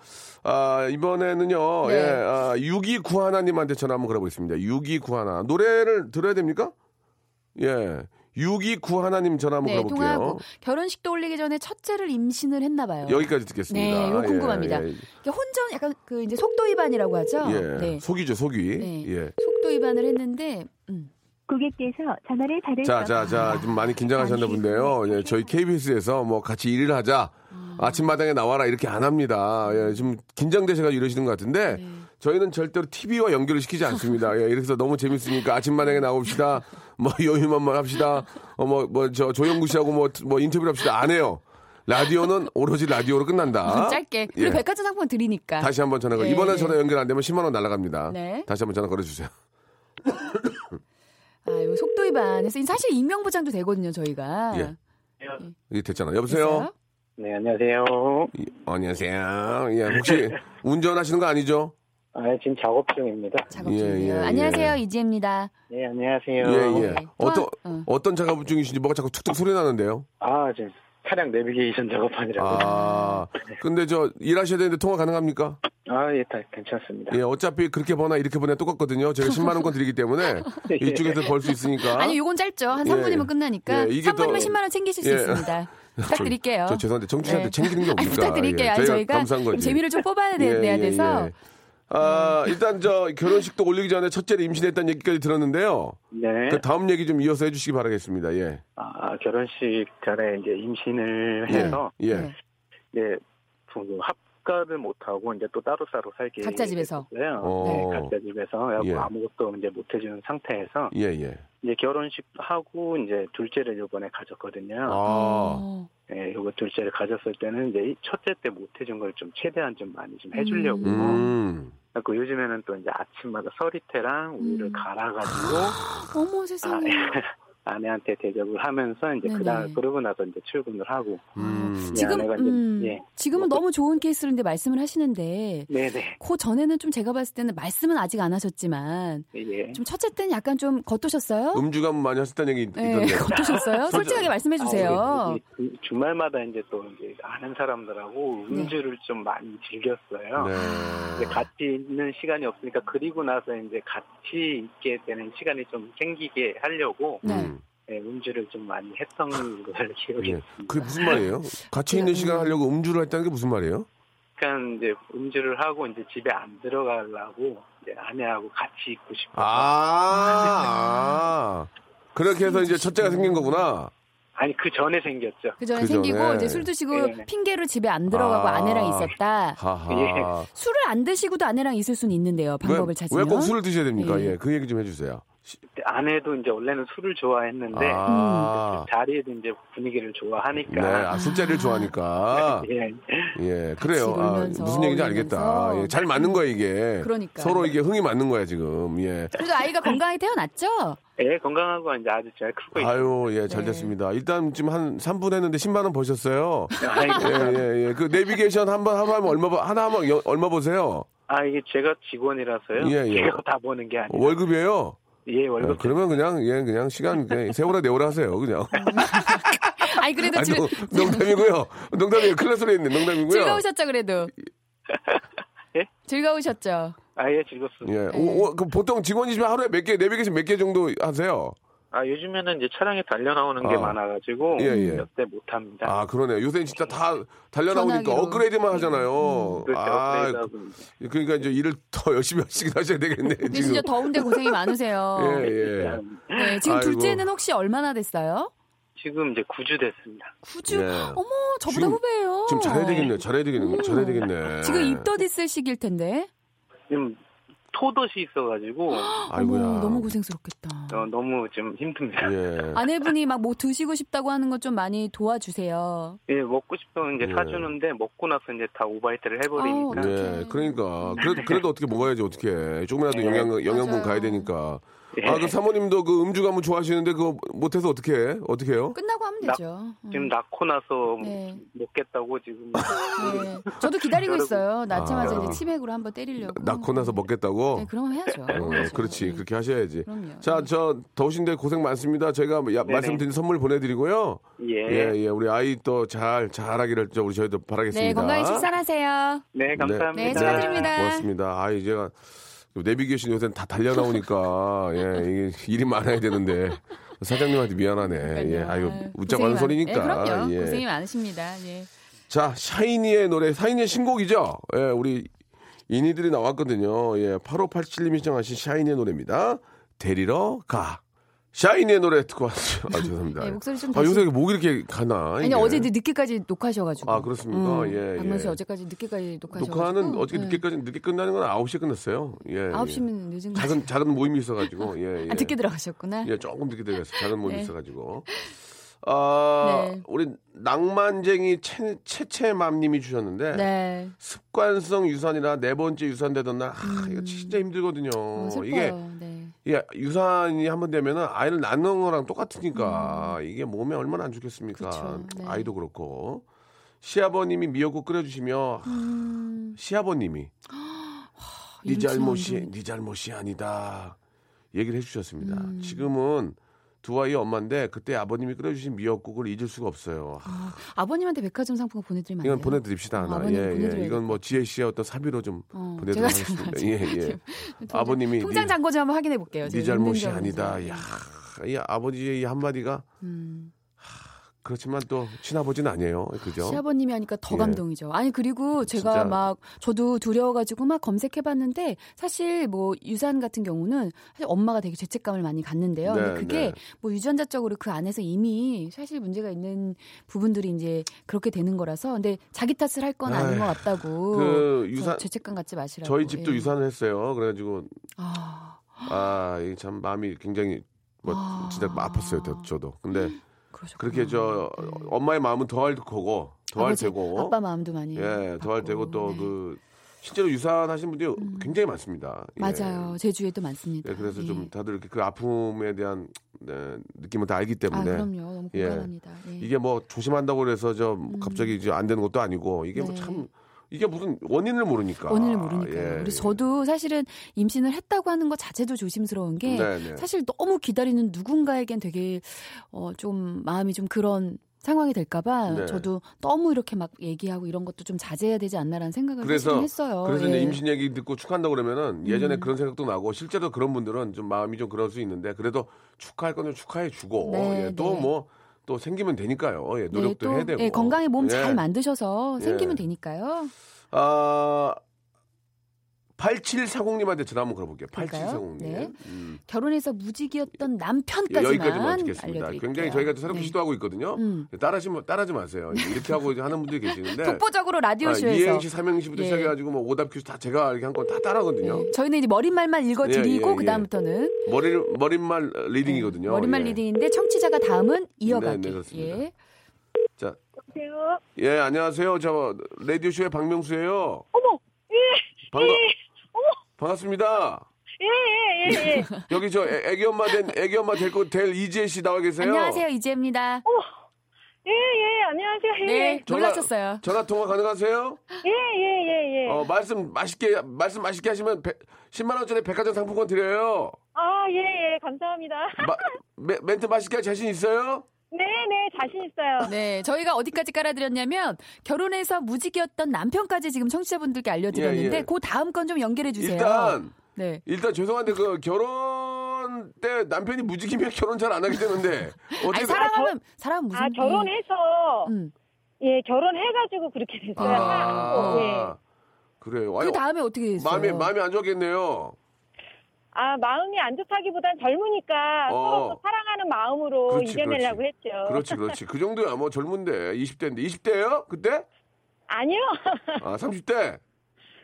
아, 이번에는요,
네.
예, 아, 6291님한테 전화 한번 걸어보겠습니다. 6291. 노래를 들어야 됩니까? 예. 6291님 전화 한번
네
걸어볼게요.
통화하고 결혼식도 올리기 전에 첫째를 임신을 했나 봐요.
여기까지 듣겠습니다.
네, 이거 궁금합니다.
예,
이게 혼전 약간 그 이제 속도 위반이라고 하죠.
예.
네.
속이죠, 속이.
네.
예.
속도 위반을 했는데 음.
고객께서 전화를 받을
자, 자, 자, 좀 많이 긴장하셨나 본데요. 예, 저희 KBS에서 뭐 같이 일을
음. 네.
하자. 아침마당에 나와라 이렇게 안 합니다. 예, 좀 긴장되셔가지고 이러시는 것 같은데 저희는 절대로 TV와 연결을 시키지 않습니다. 예, 이렇게 해서 너무 재밌으니까 아침만에 나옵시다. 뭐 여유만만 합시다. 어, 뭐, 뭐, 저 조영구 씨하고 뭐, 뭐 인터뷰를 합시다. 안 해요. 라디오는 오로지 라디오로 끝난다.
아, 짧게. 그리고
예.
백화점 상품 드리니까.
다시 한번 전화 걸.
예,
이번에
예.
전화 연결 안 되면 10만 원 날아갑니다.
네.
다시 한번 전화 걸어주세요.
아유, 속도 위반해서 사실 임명 보장도 되거든요, 저희가.
예. 이게 됐잖아. 여보세요.
됐어요?
네, 안녕하세요.
이- 안녕하세요.
네.
예, 혹시 운전하시는 거 아니죠?
아, 지금 작업 중입니다.
작업
예,
중이에요.
예, 예.
안녕하세요, 이지혜입니다.
네, 안녕하세요.
예, 예.
네.
어떤
어.
어떤 작업 중이신지 뭐가 자꾸 툭툭 소리 나는데요.
아, 지금 차량 내비게이션 작업하느라고. 아,
아, 근데 저 일하셔야 되는데 통화 가능합니까?
예, 다 괜찮습니다.
예, 어차피 그렇게 버나 이렇게 버나 똑같거든요. 제가 10만 원권 드리기 때문에
네.
이쪽에서 벌 수 있으니까.
아니, 요건 짧죠. 한
예.
3분이면 끝나니까.
예, 이게
3분이면
더-
10만 원 챙기실 수
예.
있습니다. 부탁드릴게요.
저, 저 죄송한데 정치한테
예.
챙기는 게
아니,
뭡니까?
부탁드릴게요.
예,
아니, 저희가
감사한 거지. 예,
재미를 좀 뽑아야 돼- 내야 돼서. 음.
아, 일단 저 결혼식도 올리기 전에 첫째를 임신했다는 얘기까지 들었는데요.
네.
그 다음 얘기 좀 이어서 해주시기 바라겠습니다. 예.
아, 결혼식 전에 이제 임신을
예.
해서
예.
네.
이제 부부 합가를 못 하고 이제 또 따로따로 살게
각자 집에서.
됐어요.
어.
각자 집에서 하고
예.
아무것도 이제 못 해주는 상태에서
예, 예.
이제 결혼식 하고 이제 둘째를 이번에 가졌거든요.
아,
어.
예, 요거 둘째를 가졌을 때는 이제 이 첫째 때 못 해준 걸 좀 최대한 좀 많이 좀 해주려고.
음.
그 요즘에는 또 이제 아침마다 서리태랑 우유를
음.
갈아가지고
어머, 세상에.
아내한테 대접을 하면서
음.
이제
네네.
그날 그러고 나서 이제 출근을 하고.
음.
지금,
내가 이제-
음,
예.
지금은 너무 좋은 케이스를 이제 말씀을 하시는데,
네네.
그 전에는 좀 제가 봤을 때는 말씀은 아직 안 하셨지만,
예.
좀 첫째 때는 약간 좀 겉도셨어요?
음주감 예, 많이 하셨다는 얘기 있-
네,
있던데.
겉도셨어요? 솔직하게 말씀해
아,
주세요.
이- 이- 이 주말마다 이제 또 이제 아는 사람들하고
네.
음주를 좀 많이 즐겼어요. 이제
네.
같이 있는 시간이 없으니까 그리고 나서 이제 같이 있게 되는 시간이 좀 생기게 하려고
네.
음.
예, 음주를 좀 많이 했던 걸 기억이
예.
있습니다.
그게 무슨 말이에요? 같이
네.
있는 시간 하려고 음주를 했다는 게 무슨 말이에요?
약간 이제 음주를 하고 이제 집에 안 들어가려고 이제 아내하고 같이 있고 싶어서
아, 아. 그렇게 해서 이제 첫째가 생긴 거구나.
아니 그 전에 생겼죠.
그 전에
그
생기고
전에.
이제 술 드시고
네.
핑계로 집에 안 들어가고
아.
아. 내랑 있었다.
하하.
술을 안 드시고도 아내랑 있을 수는 있는데요. 방법을 찾으면.
왜꼭 술을 드셔야 됩니까?
예.
예, 그 얘기 좀 해주세요.
근데 아내도 이제 원래는 술을 좋아했는데
아,
자리에도 이제
네,
분위기를 좋아하니까
아, 술자리를 좋아하니까.
예.
예, 그래요. 아,
놀면서,
무슨 얘기인지 알겠다.
놀면서.
예, 잘 맞는 거야 이게.
그러니까.
서로 이게 흥이 맞는 거야 지금. 예.
그래도 아이가 건강하게 태어났죠?
예, 건강하고 이제 아주 잘 크고 있어요.
아유, 예, 잘
네.
됐습니다. 일단 지금 한 3분 했는데 10만 원 버셨어요. 예,
아이고.
예, 예. 그 내비게이션 한번 하나 하면 얼마 버- 하나 하면 여- 얼마 보세요?
아 이게 제가 직원이라서요.
예, 예.
제가 다 보는 게 아니에요.
월급이에요.
예
예,
월급.
그러면 그냥 예, 그냥 시간 그냥 세월아 내월아 하세요. 그냥.
아이 그래도
아니, 뭐
즐,
농- 농담이고요. 농담이에요. 클래스로 있네. 농담이고요.
즐거우셨죠 그래도.
예?
즐거우셨죠.
아 예 즐겁습니다.
예. 오, 오, 그 보통 직원이시면 하루에 몇 개, 내비게이션 몇 개 정도 하세요?
아 요즘에는 이제 차량에 달려 나오는 게
아.
많아가지고
예, 예.
몇대 못합니다.
아, 그러네요. 요새 진짜 다 달려나오니까
전화기로.
업그레이드만 하잖아요.
그렇죠.
아,
업데이트하고 이제.
그러니까 이제 일을 더 열심히 하시긴 하셔야 되겠네.
근데
지금.
진짜 더운데 고생이 많으세요.
예, 예.
네, 지금
아이고.
둘째는 혹시 얼마나 됐어요?
지금 이제 구주 됐습니다.
구주.
예.
어머 저보다
지금-
후배예요. 예.
지금 잘해야 되겠네요. 예. 잘해야 되겠네. 잘해야 되겠네.
어. 지금 입덧 있을 시기일 텐데.
지금 토덧이 있어가지고
아이고야.
어머, 너무 고생스럽겠다.
어, 너무 좀 힘듭니다. 예,
예.
아내분이 막 뭐 드시고 싶다고 하는 거 좀 많이 도와주세요.
먹고 싶으면 이제
예.
사주는데 먹고 나서 이제 다 오바이트를 해버리니까
아우, 네.
예, 그러니까 그래도 그래도 어떻게 먹어야지 어떻게 조금이라도 영양 영양분
네, 맞아요.
가야 되니까.
예.
아, 그 사모님도 그 음주 가면 좋아하시는데 그거 못해서 어떻게 해? 어떻게 해요?
끝나고 하면
나-
되죠.
지금 낳고 나서
음. 네.
먹겠다고 지금
네. 저도 기다리고
여러분.
있어요. 낳자마자
아.
이제 치맥으로 한번 때리려고.
낳고 나서 먹겠다고.
네, 그럼 해야죠.
어,
해야죠.
그렇지
네.
그렇게 하셔야지.
그럼요. 네,
자, 저 더우신데 고생 많습니다. 제가 야-
네네.
말씀드린 선물 보내드리고요.
네.
예.
예, 예, 우리 아이 또 잘 잘하기를 저 우리 저희도 바라겠습니다.
네, 건강히 식사하세요.
네 감사합니다.
네, 축하드립니다.
고맙습니다. 아, 이제가 내비게이션 요새는 다 달려 나오니까 예, 이게 일이 많아야 되는데 사장님한테 미안하네. 예, 아유 웃자고 하는
고생이 많-
소리니까.
네, 그럼요.
예.
고생이 많으십니다. 예.
자, 샤이니의 노래, 샤이니의 신곡이죠. 예, 우리 이니들이 나왔거든요. 예, 8587님이 신청하신 샤이니의 노래입니다. 데리러 가. 샤이니의 노래 듣고 왔어요. 아, 죄송합니다.
네, 목소리 좀
아,
다시-
요새 목 이렇게 가나?
아니
이게?
어제 늦- 늦게까지 녹화하셔가지고. 음.
아, 그렇습니까? 예, 예.
박명수 어제까지 늦게까지 녹화하셔가지고. 네.
녹화는 어떻게 늦게까지 늦게 끝나는 건 9시에 끝났어요. 예.
아홉
예.
시면 늦은 거.
작은 작은 모임이 있어가지고 예, 예.
아, 듣게 들어가셨구나.
예, 조금 늦게 들어갔어요. 작은 모임이
네.
있어가지고. 아,
네.
우리 낭만쟁이 채, 채채맘님이 주셨는데
네.
습관성 유산이라 네 번째 유산되던 날, 하, 이거 진짜 힘들거든요.
음. 어, 슬퍼요.
이게
네.
예, 유산이 한 번 되면은 아이를 낳는 거랑 똑같으니까 이게 몸에 얼마나 안 좋겠습니까?
음. 그쵸, 네.
아이도 그렇고 시아버님이 미역국 끓여주시며
음.
하, 시아버님이 네
이럴 수가
잘못이
없는데.
네 잘못이 아니다 얘기를 해주셨습니다.
음.
지금은 두 아이 엄마인데 그때 아버님이 끓여주신 미역국을 잊을 수가 없어요. 하,
아, 아버님한테 백화점 상품 보내드리면 안 돼요?
이건 보내드립시다 하나.
아버님
예, 예.
보내드려야
이건 뭐 지혜 씨의 어떤 사비로 좀
어,
보내드리도록
제가 좀
하겠습니다. 예, 예.
통장-
아버님이
통장
네-
잔고 좀 한번 확인해 볼게요.
네 잘못이 아니다. 야, 이 아버지의 이 한마디가
음.
하, 그렇지만 또 친아버지는 아니에요. 그죠?
시아버님이 하니까 더
예.
감동이죠. 아니 그리고 제가
진짜.
막 저도 두려워가지고 막 검색해봤는데 사실 뭐 유산 같은 경우는 사실 엄마가 되게 죄책감을 많이 갖는데요.
네,
근데 그게
네.
뭐 유전자적으로 그 안에서 이미 사실 문제가 있는 부분들이 이제 그렇게 되는 거라서 근데 자기 탓을 할 건 아닌 것 같다고.
그
그래서
유산-
죄책감 갖지 마시라고.
저희 집도
예.
유산을 했어요. 그래가지고
아
아, 이참 마음이 굉장히 뭐
아.
진짜 아팠어요. 저- 저도. 근데
그러셨구나.
그렇게 저 어,
네.
엄마의 마음은 더할 거고 더할
아버지,
테고
아빠 마음도 많이
예, 더할
받고,
테고
네. 음.
또 그 실제로 유산하신 분들이 굉장히 많습니다. 예.
맞아요. 제 주위에도 많습니다.
예, 그래서
예.
좀 다들 이렇게 그 아픔에 대한 네, 느낌을 다 알기
아,
때문에
그럼요. 너무
예.
공감합니다. 예.
이게 뭐 조심한다고 그래서 저 갑자기 이제 안 되는 것도 아니고 이게
음. 네.
뭐 참 이게 무슨 원인을 모르니까
원인을 모르니까요.
아, 예,
그래서 저도 사실은 임신을 했다고 하는 것 자체도 조심스러운 게
네, 네.
사실 너무 기다리는 누군가에겐 되게 어 좀 마음이 좀 그런 상황이 될까봐
네.
저도 너무 이렇게 막 얘기하고 이런 것도 좀 자제해야 되지 않나라는 생각을
그래서-
사실은 했어요.
그래서
예. 음.
이제 임신 얘기 듣고 축한다고 그러면은 예전에 그런 생각도 나고 실제로 그런 분들은 좀 마음이 좀 그럴 수 있는데 그래도 축하할 거는 축하해 주고
네,
예, 또
네.
뭐 또 생기면 되니까요. 예,
네,
노력도
또,
해야 되고.
예, 건강에 몸
예.
잘 만드셔서
예.
생기면 되니까요.
아 8740님한테 전화 한번 걸어볼게요.
그럴까요?
8740님.
네.
음.
결혼해서 무직이었던
예,
남편까지만
여기까지만 듣겠습니다.
알려드릴게요.
굉장히 저희가 또 새롭게
네.
시도하고 있거든요. 예,
음.
따라하지, 따라하지 마세요. 예, 이렇게 하고 이제 하는 분들이 계시는데.
독보적으로 라디오쇼에서
네. 아, 이행시 삼행시부터
예.
시작해가지고 뭐 오답 퀴즈 다 제가 이렇게 한 건 다 따라하거든요.
네. 저희는 이제 머릿말만 읽어드리고
예, 예, 예.
그다음부터는
머리 머릿말 리딩이거든요.
네, 머릿말
예.
리딩인데 청취자가 다음은
네,
이어가기.
네, 그렇습니다.
예.
자,
여보세요?
예 안녕하세요. 저 라디오 쇼의 박명수예요.
어머!
반가. 반갑습니다.
예, 예, 예.
여기 저 애, 기 엄마 된 애기 엄마 될 거 될 이지혜 씨 나와 계세요.
안녕하세요 이지혜입니다.
예, 예, 안녕하세요. 어, 예,
네
전화-
놀라셨어요.
전화 통화 가능하세요?
예, 예, 예, 예.
어 말씀 맛있게 말씀 맛있게 하시면 10만 원짜리 백화점 상품권 드려요.
아, 예, 예, 감사합니다.
마- 멘- 멘트 맛있게 할 자신 있어요?
네, 네, 자신 있어요.
네 저희가 어디까지 깔아드렸냐면 결혼해서 무직이었던 남편까지 지금 청취자분들께 알려드렸는데
예, 예.
그 다음 건 좀 연결해 주세요.
일단
네.
일단 죄송한데 그 결혼 때 남편이 무직이면 결혼 잘 안 하게 되는데
아니
어떻게 그
사랑하면 사람 무슨
아, 결혼해서,
음.
예, 결혼해가지고 그렇게 됐어요. 하고, 예.
아. 그래요. 아니,
그 다음에 어떻게 됐어요?
마음이 마음이 안 좋겠네요.
아, 마음이 안 좋다기보단 젊으니까
어.
서로 또 사랑하는 마음으로
그렇지,
이겨내려고 했죠.
그렇지, 그렇지. 그 정도야 뭐 젊은데 20대인데 20대예요? 그때?
아니요.
아 30대.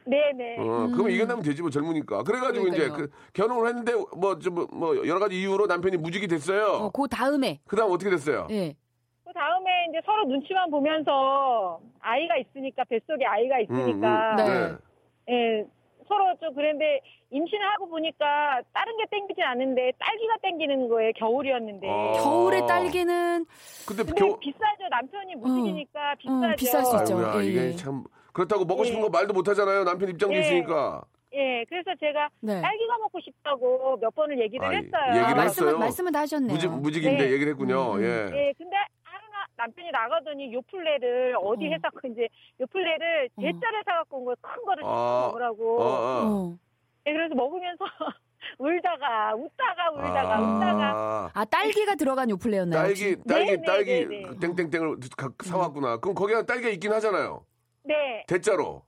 네, 네.
어, 그러면 이겨내면 되지 뭐 젊으니까. 그래가지고 이제
음. 그러니까요.
그 결혼을 했는데 뭐 좀 뭐 여러 가지 이유로 남편이 무직이 됐어요.
어, 그 다음에
그다음 어떻게 됐어요?
예.
그 다음에 이제 서로 눈치만 보면서 아이가 있으니까, 뱃속에 아이가
음, 음,
있으니까.
네.
예, 서로 좀 그랬는데 임신을 하고 보니까 다른 게 땡기진 않는데 딸기가 땡기는 거예요. 겨울이었는데.
어.
겨울에 딸기는
근데
네. 근데
겨,
비싸죠. 남편이
어.
무식이니까 비싸죠.
음, 비쌀 수 있죠.
아이고야
예,
이게
예.
참 그렇다고 먹고 싶은 거 말도 못 하잖아요. 남편 입장도
예.
있으니까.
예, 그래서 제가
네.
딸기가 먹고 싶다고 몇 번을 얘기를
아,
했어요.
아,
얘기를
말씀은
했어요?
말씀은 다 하셨네요.
무직 무직인데
네.
얘기를 했군요. 예.
예, 근데 하루나 남편이 나가더니 요플레를 어디
어.
회사 그 이제 요플레를
어.
대짜를 사갖고 온 거예요. 큰 거를
아.
먹으라고.
어, 어.
어.
예, 그래서 먹으면서 울다가 웃다가 울다가 웃다가
아.
아 딸기가 들어간 요플레였나요? 혹시?
딸기 딸기
네,
딸기
네, 네, 네.
땡땡땡을 가-
음.
사왔구나. 그럼 거기에 딸기가 있긴 하잖아요.
네,
대자로.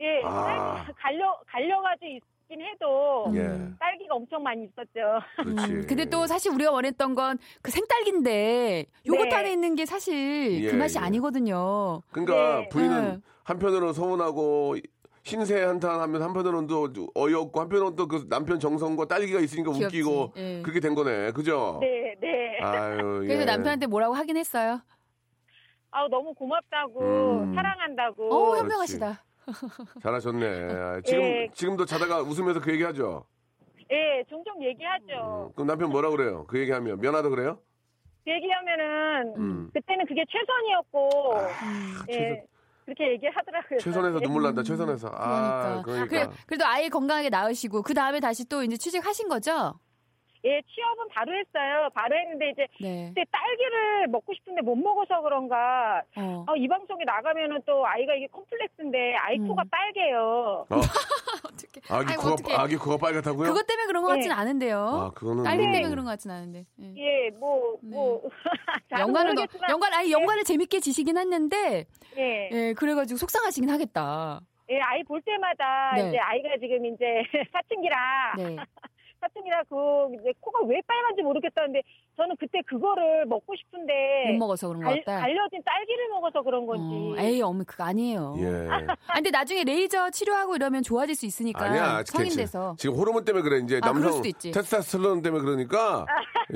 예,
아.
딸기가 갈려 갈려가지고
있긴 해도
예.
딸기가 엄청 많이 있었죠.
그렇지.
음. 근데 또 사실 우리가 원했던 건 그 생딸기인데 요거트
네.
안에 있는 게 사실
예,
그 맛이
예.
아니거든요.
그러니까
네.
부인은
네.
한편으로는 서운하고 신세 한탄 하면 한편으로는 또 어이없고 한편으로는 또 그 남편 정성과 딸기가 있으니까
귀엽지.
그 웃기고
예.
그렇게 된 거네. 그죠?
네, 네.
아유, 예.
그래서 남편한테 뭐라고 하긴 했어요.
아우 너무 고맙다고
음.
사랑한다고.
어, 현명하시다.
잘하셨네.
어,
아, 지금
예.
지금도 자다가 웃으면서 그 얘기하죠. 음,
예, 종종
어.
얘기하죠.
그럼 남편 뭐라 그래요? 그 얘기하면 미안하다 그래요?
그 얘기하면은
음.
그때는 그게 최선이었고
음.
예,
아, 최선.
그렇게 얘기하더라고요. 예.
음. 최선에서 눈물 난다. 최선에서. 아,
그러니까.
그러니까.
그래, 그래도 아예 건강하게 나으시고 그 다음에 다시 또 이제 취직하신 거죠?
예, 취업은 바로 했어요. 바로 했는데 이제
네.
그때 딸기를 먹고 싶은데 못 먹어서 그런가
어.
아, 이 방송에 나가면은 또 아이가 이게 컴플렉스인데 아이
음.
코가 빨개요.
어,
어떡해.
아기
아이고,
코가
어떡해.
아기 코가 빨갛다고요?
그것 때문에 그런 것 같진
네.
아,
않은데요.
그거는
딸기
음.
때문에 그런 것 같진 않은데. 예.
예, 뭐,
네.
뭐. 잘
연관을 너,
모르겠지만, 네.
연관 아니 연관을 재밌게 지시긴 했는데
예, 예.
예 그래가지고 속상하시긴 하겠다.
아이 볼 때마다
네.
이제 아이가 지금 이제 사춘기라,
네.
사춘기라 그 이제 코가 왜 빨간지 모르겠다는데 저는 그때 그거를 먹고 싶은데
못 먹어서 그런 것
알-
같다.
알려진 딸기를 먹어서 그런
어,
건지.
에이 어머 그거 아니에요.
예.
아, 근데 나중에 레이저 치료하고 이러면 좋아질 수 있으니까
아니야.
그러니까 성인
괜찮-
돼서
지금 호르몬 때문에 그래. 이제
아, 그럴
남성
수도 있지.
테스타스테론 때문에 그러니까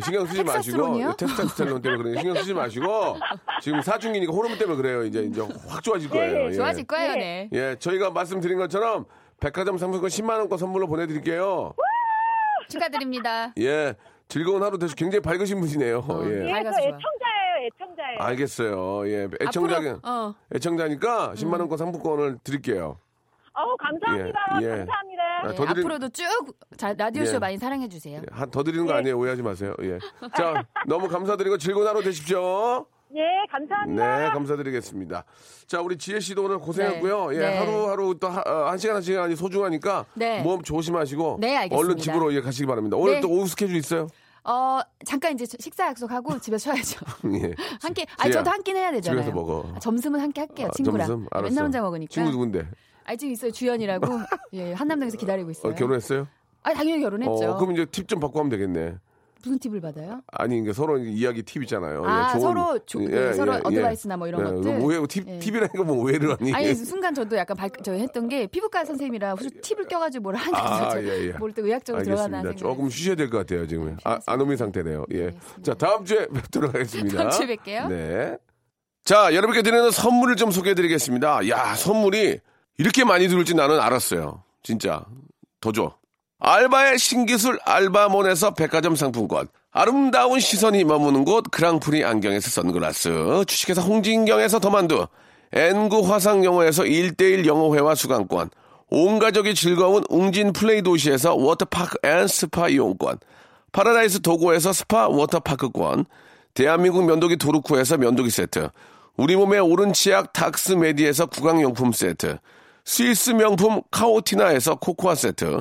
신경 쓰지
텍사스론이요?
마시고 테스타스테론 때문에 그러니까 신경 쓰지 마시고 지금 사중이니까 호르몬 때문에 그래요. 이제 이제 확 좋아질 거예요.
네,
예.
좋아질 거예요,
예.
네.
예, 저희가 말씀드린 것처럼 백화점 상품권 10만 원권 선물로 보내 드릴게요.
축하드립니다.
예. 즐거운 하루 되시고 굉장히 밝으신 분이네요.
예.
예.
예,
밝아서
저
좋아요.
애청자예요, 애청자예요.
알겠어요. 예. 애청자
앞으로, 음. 어.
애청자니까 10만 원권 상품권을 드릴게요.
어우, 감사합니다.
예, 예.
감사합니다.
아,
네,
더 드리-
앞으로도 쭉 자, 라디오 쇼
예.
많이 사랑해 주세요.
한- 더 드리는 거 아니에요. 오해하지 마세요. 예. 자, 너무 감사드리고 즐거운 하루 되십시오.
예, 감사합니다.
네, 감사드리겠습니다. 자, 우리 지혜 씨도 오늘 고생했고요.
네.
예,
네.
하루하루 또 한 시간 한 시간이 소중하니까
네.
몸 조심하시고
네, 알겠습니다.
얼른 집으로 예, 가시기 바랍니다. 오늘
네.
또 오후 스케줄 있어요?
어 잠깐 이제 식사 약속하고 집에 쉬어야죠.
예.
한 끼, 아니 저도 한 끼는 해야 되잖아요.
집에서 먹어.
아, 점심은 한 끼 할게요.
아,
친구랑.
점심? 알았어.
맨날 혼자 먹으니까.
친구 누군데?
아 지금 있어요 주연이라고 예 한남동에서 기다리고
어,
있어요.
결혼했어요?
아 당연히 결혼했죠.
어, 그럼 이제 팁 좀 받고 하면 되겠네.
무슨 팁을 받아요?
아니 이게 서로 이제 이야기 팁 있잖아요. 예,
아, 서로 조- 네, 서로 어드바이스나 뭐 이런 것들.
네, 오해 팁
예.
팁이라니까 뭐 오해를 하니.
아니 순간 저도 약간 발, 저 했던 게 피부과 선생님이랑 혹시 팁을 껴가지고 뭘 하나
아,
아,
예, 예.
뭘또 의학적으로 들어가나
알겠습니다.
생각.
조금 쉬셔야 될 것 같아요 지금. 아, 안 오민 상태네요. 예.
알겠습니다.
자 다음 주에 뵙도록 하겠습니다.
다음 주에 뵐게요.
네. 자 여러분께 드리는 선물을 좀 소개해드리겠습니다. 야 선물이 이렇게 많이 들을지 나는 알았어요. 진짜 더 줘. 알바의 신기술 알바몬에서 백화점 상품권. 아름다운 시선이 머무는 곳 그랑프리 안경에서 선글라스. 주식회사 홍진경에서 더만두. N구 화상영어에서 1대1 영어회화 수강권. 온 가족이 즐거운 웅진 플레이 도시에서 워터파크 앤 스파 이용권. 파라다이스 도고에서 스파 워터파크권. 대한민국 면도기 도르쿠에서 면도기 세트. 우리 몸의 오른 치약 닥스 메디에서 구강용품 세트. 스위스 명품 카오티나에서 코코아 세트,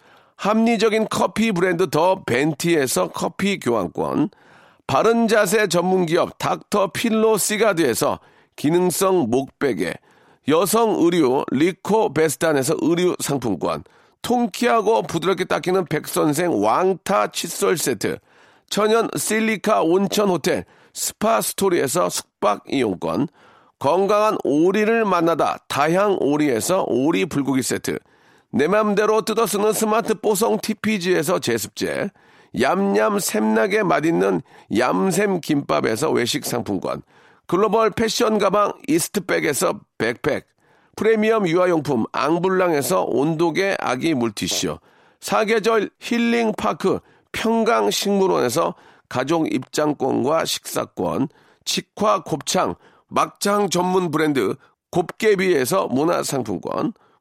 합리적인 커피 브랜드 더 벤티에서 커피 교환권, 바른 자세 전문 기업 닥터 필로 시가드에서 기능성 목베개, 여성 의류 리코 베스탄에서 의류 상품권, 통키하고 부드럽게 닦이는 백선생 왕타 칫솔 세트, 천연 실리카 온천 호텔 스파 스토리에서 숙박 이용권, 건강한 오리를 만나다 다향 오리에서 오리 불고기 세트, 내 맘대로 뜯어쓰는 스마트 뽀송 TPG에서 제습제, 얌얌 샘나게 맛있는 얌샘 김밥에서 외식 상품권, 글로벌 패션 가방 이스트백에서 백팩, 프리미엄 유아용품 앙블랑에서 온도계 아기 물티슈, 사계절 힐링파크 평강식물원에서 가족 입장권과 식사권, 직화 곱창, 막창 전문 브랜드 곱개비에서 문화상품권,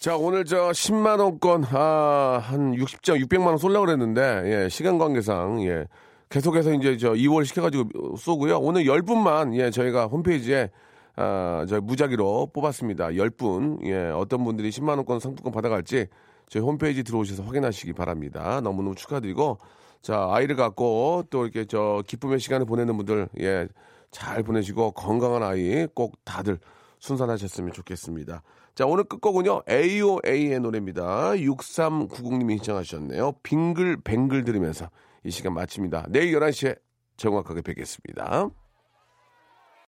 자, 오늘 저 10만 원권 아, 한 60장 600만 원 쏠라 그랬는데 예, 시간 관계상 예. 계속해서 이제 저 2월 시켜 가지고 쏘고요. 오늘 10분만 예, 저희가 홈페이지에 아, 저 무작위로 뽑았습니다. 10분. 예, 어떤 분들이 10만 원권 상품권 받아 갈지 저희 홈페이지 들어오셔서 확인하시기 바랍니다. 너무너무 축하드리고 자, 아이를 갖고 또 이렇게 저 기쁨의 시간을 보내는 분들 예, 잘 보내시고 건강한 아이 꼭 다들 순산하셨으면 좋겠습니다. 자, 오늘 끝곡은요. AOA의 노래입니다. 6390님이 신청하셨네요. 빙글뱅글 들으면서 이 시간 마칩니다. 내일 11시에 정확하게 뵙겠습니다.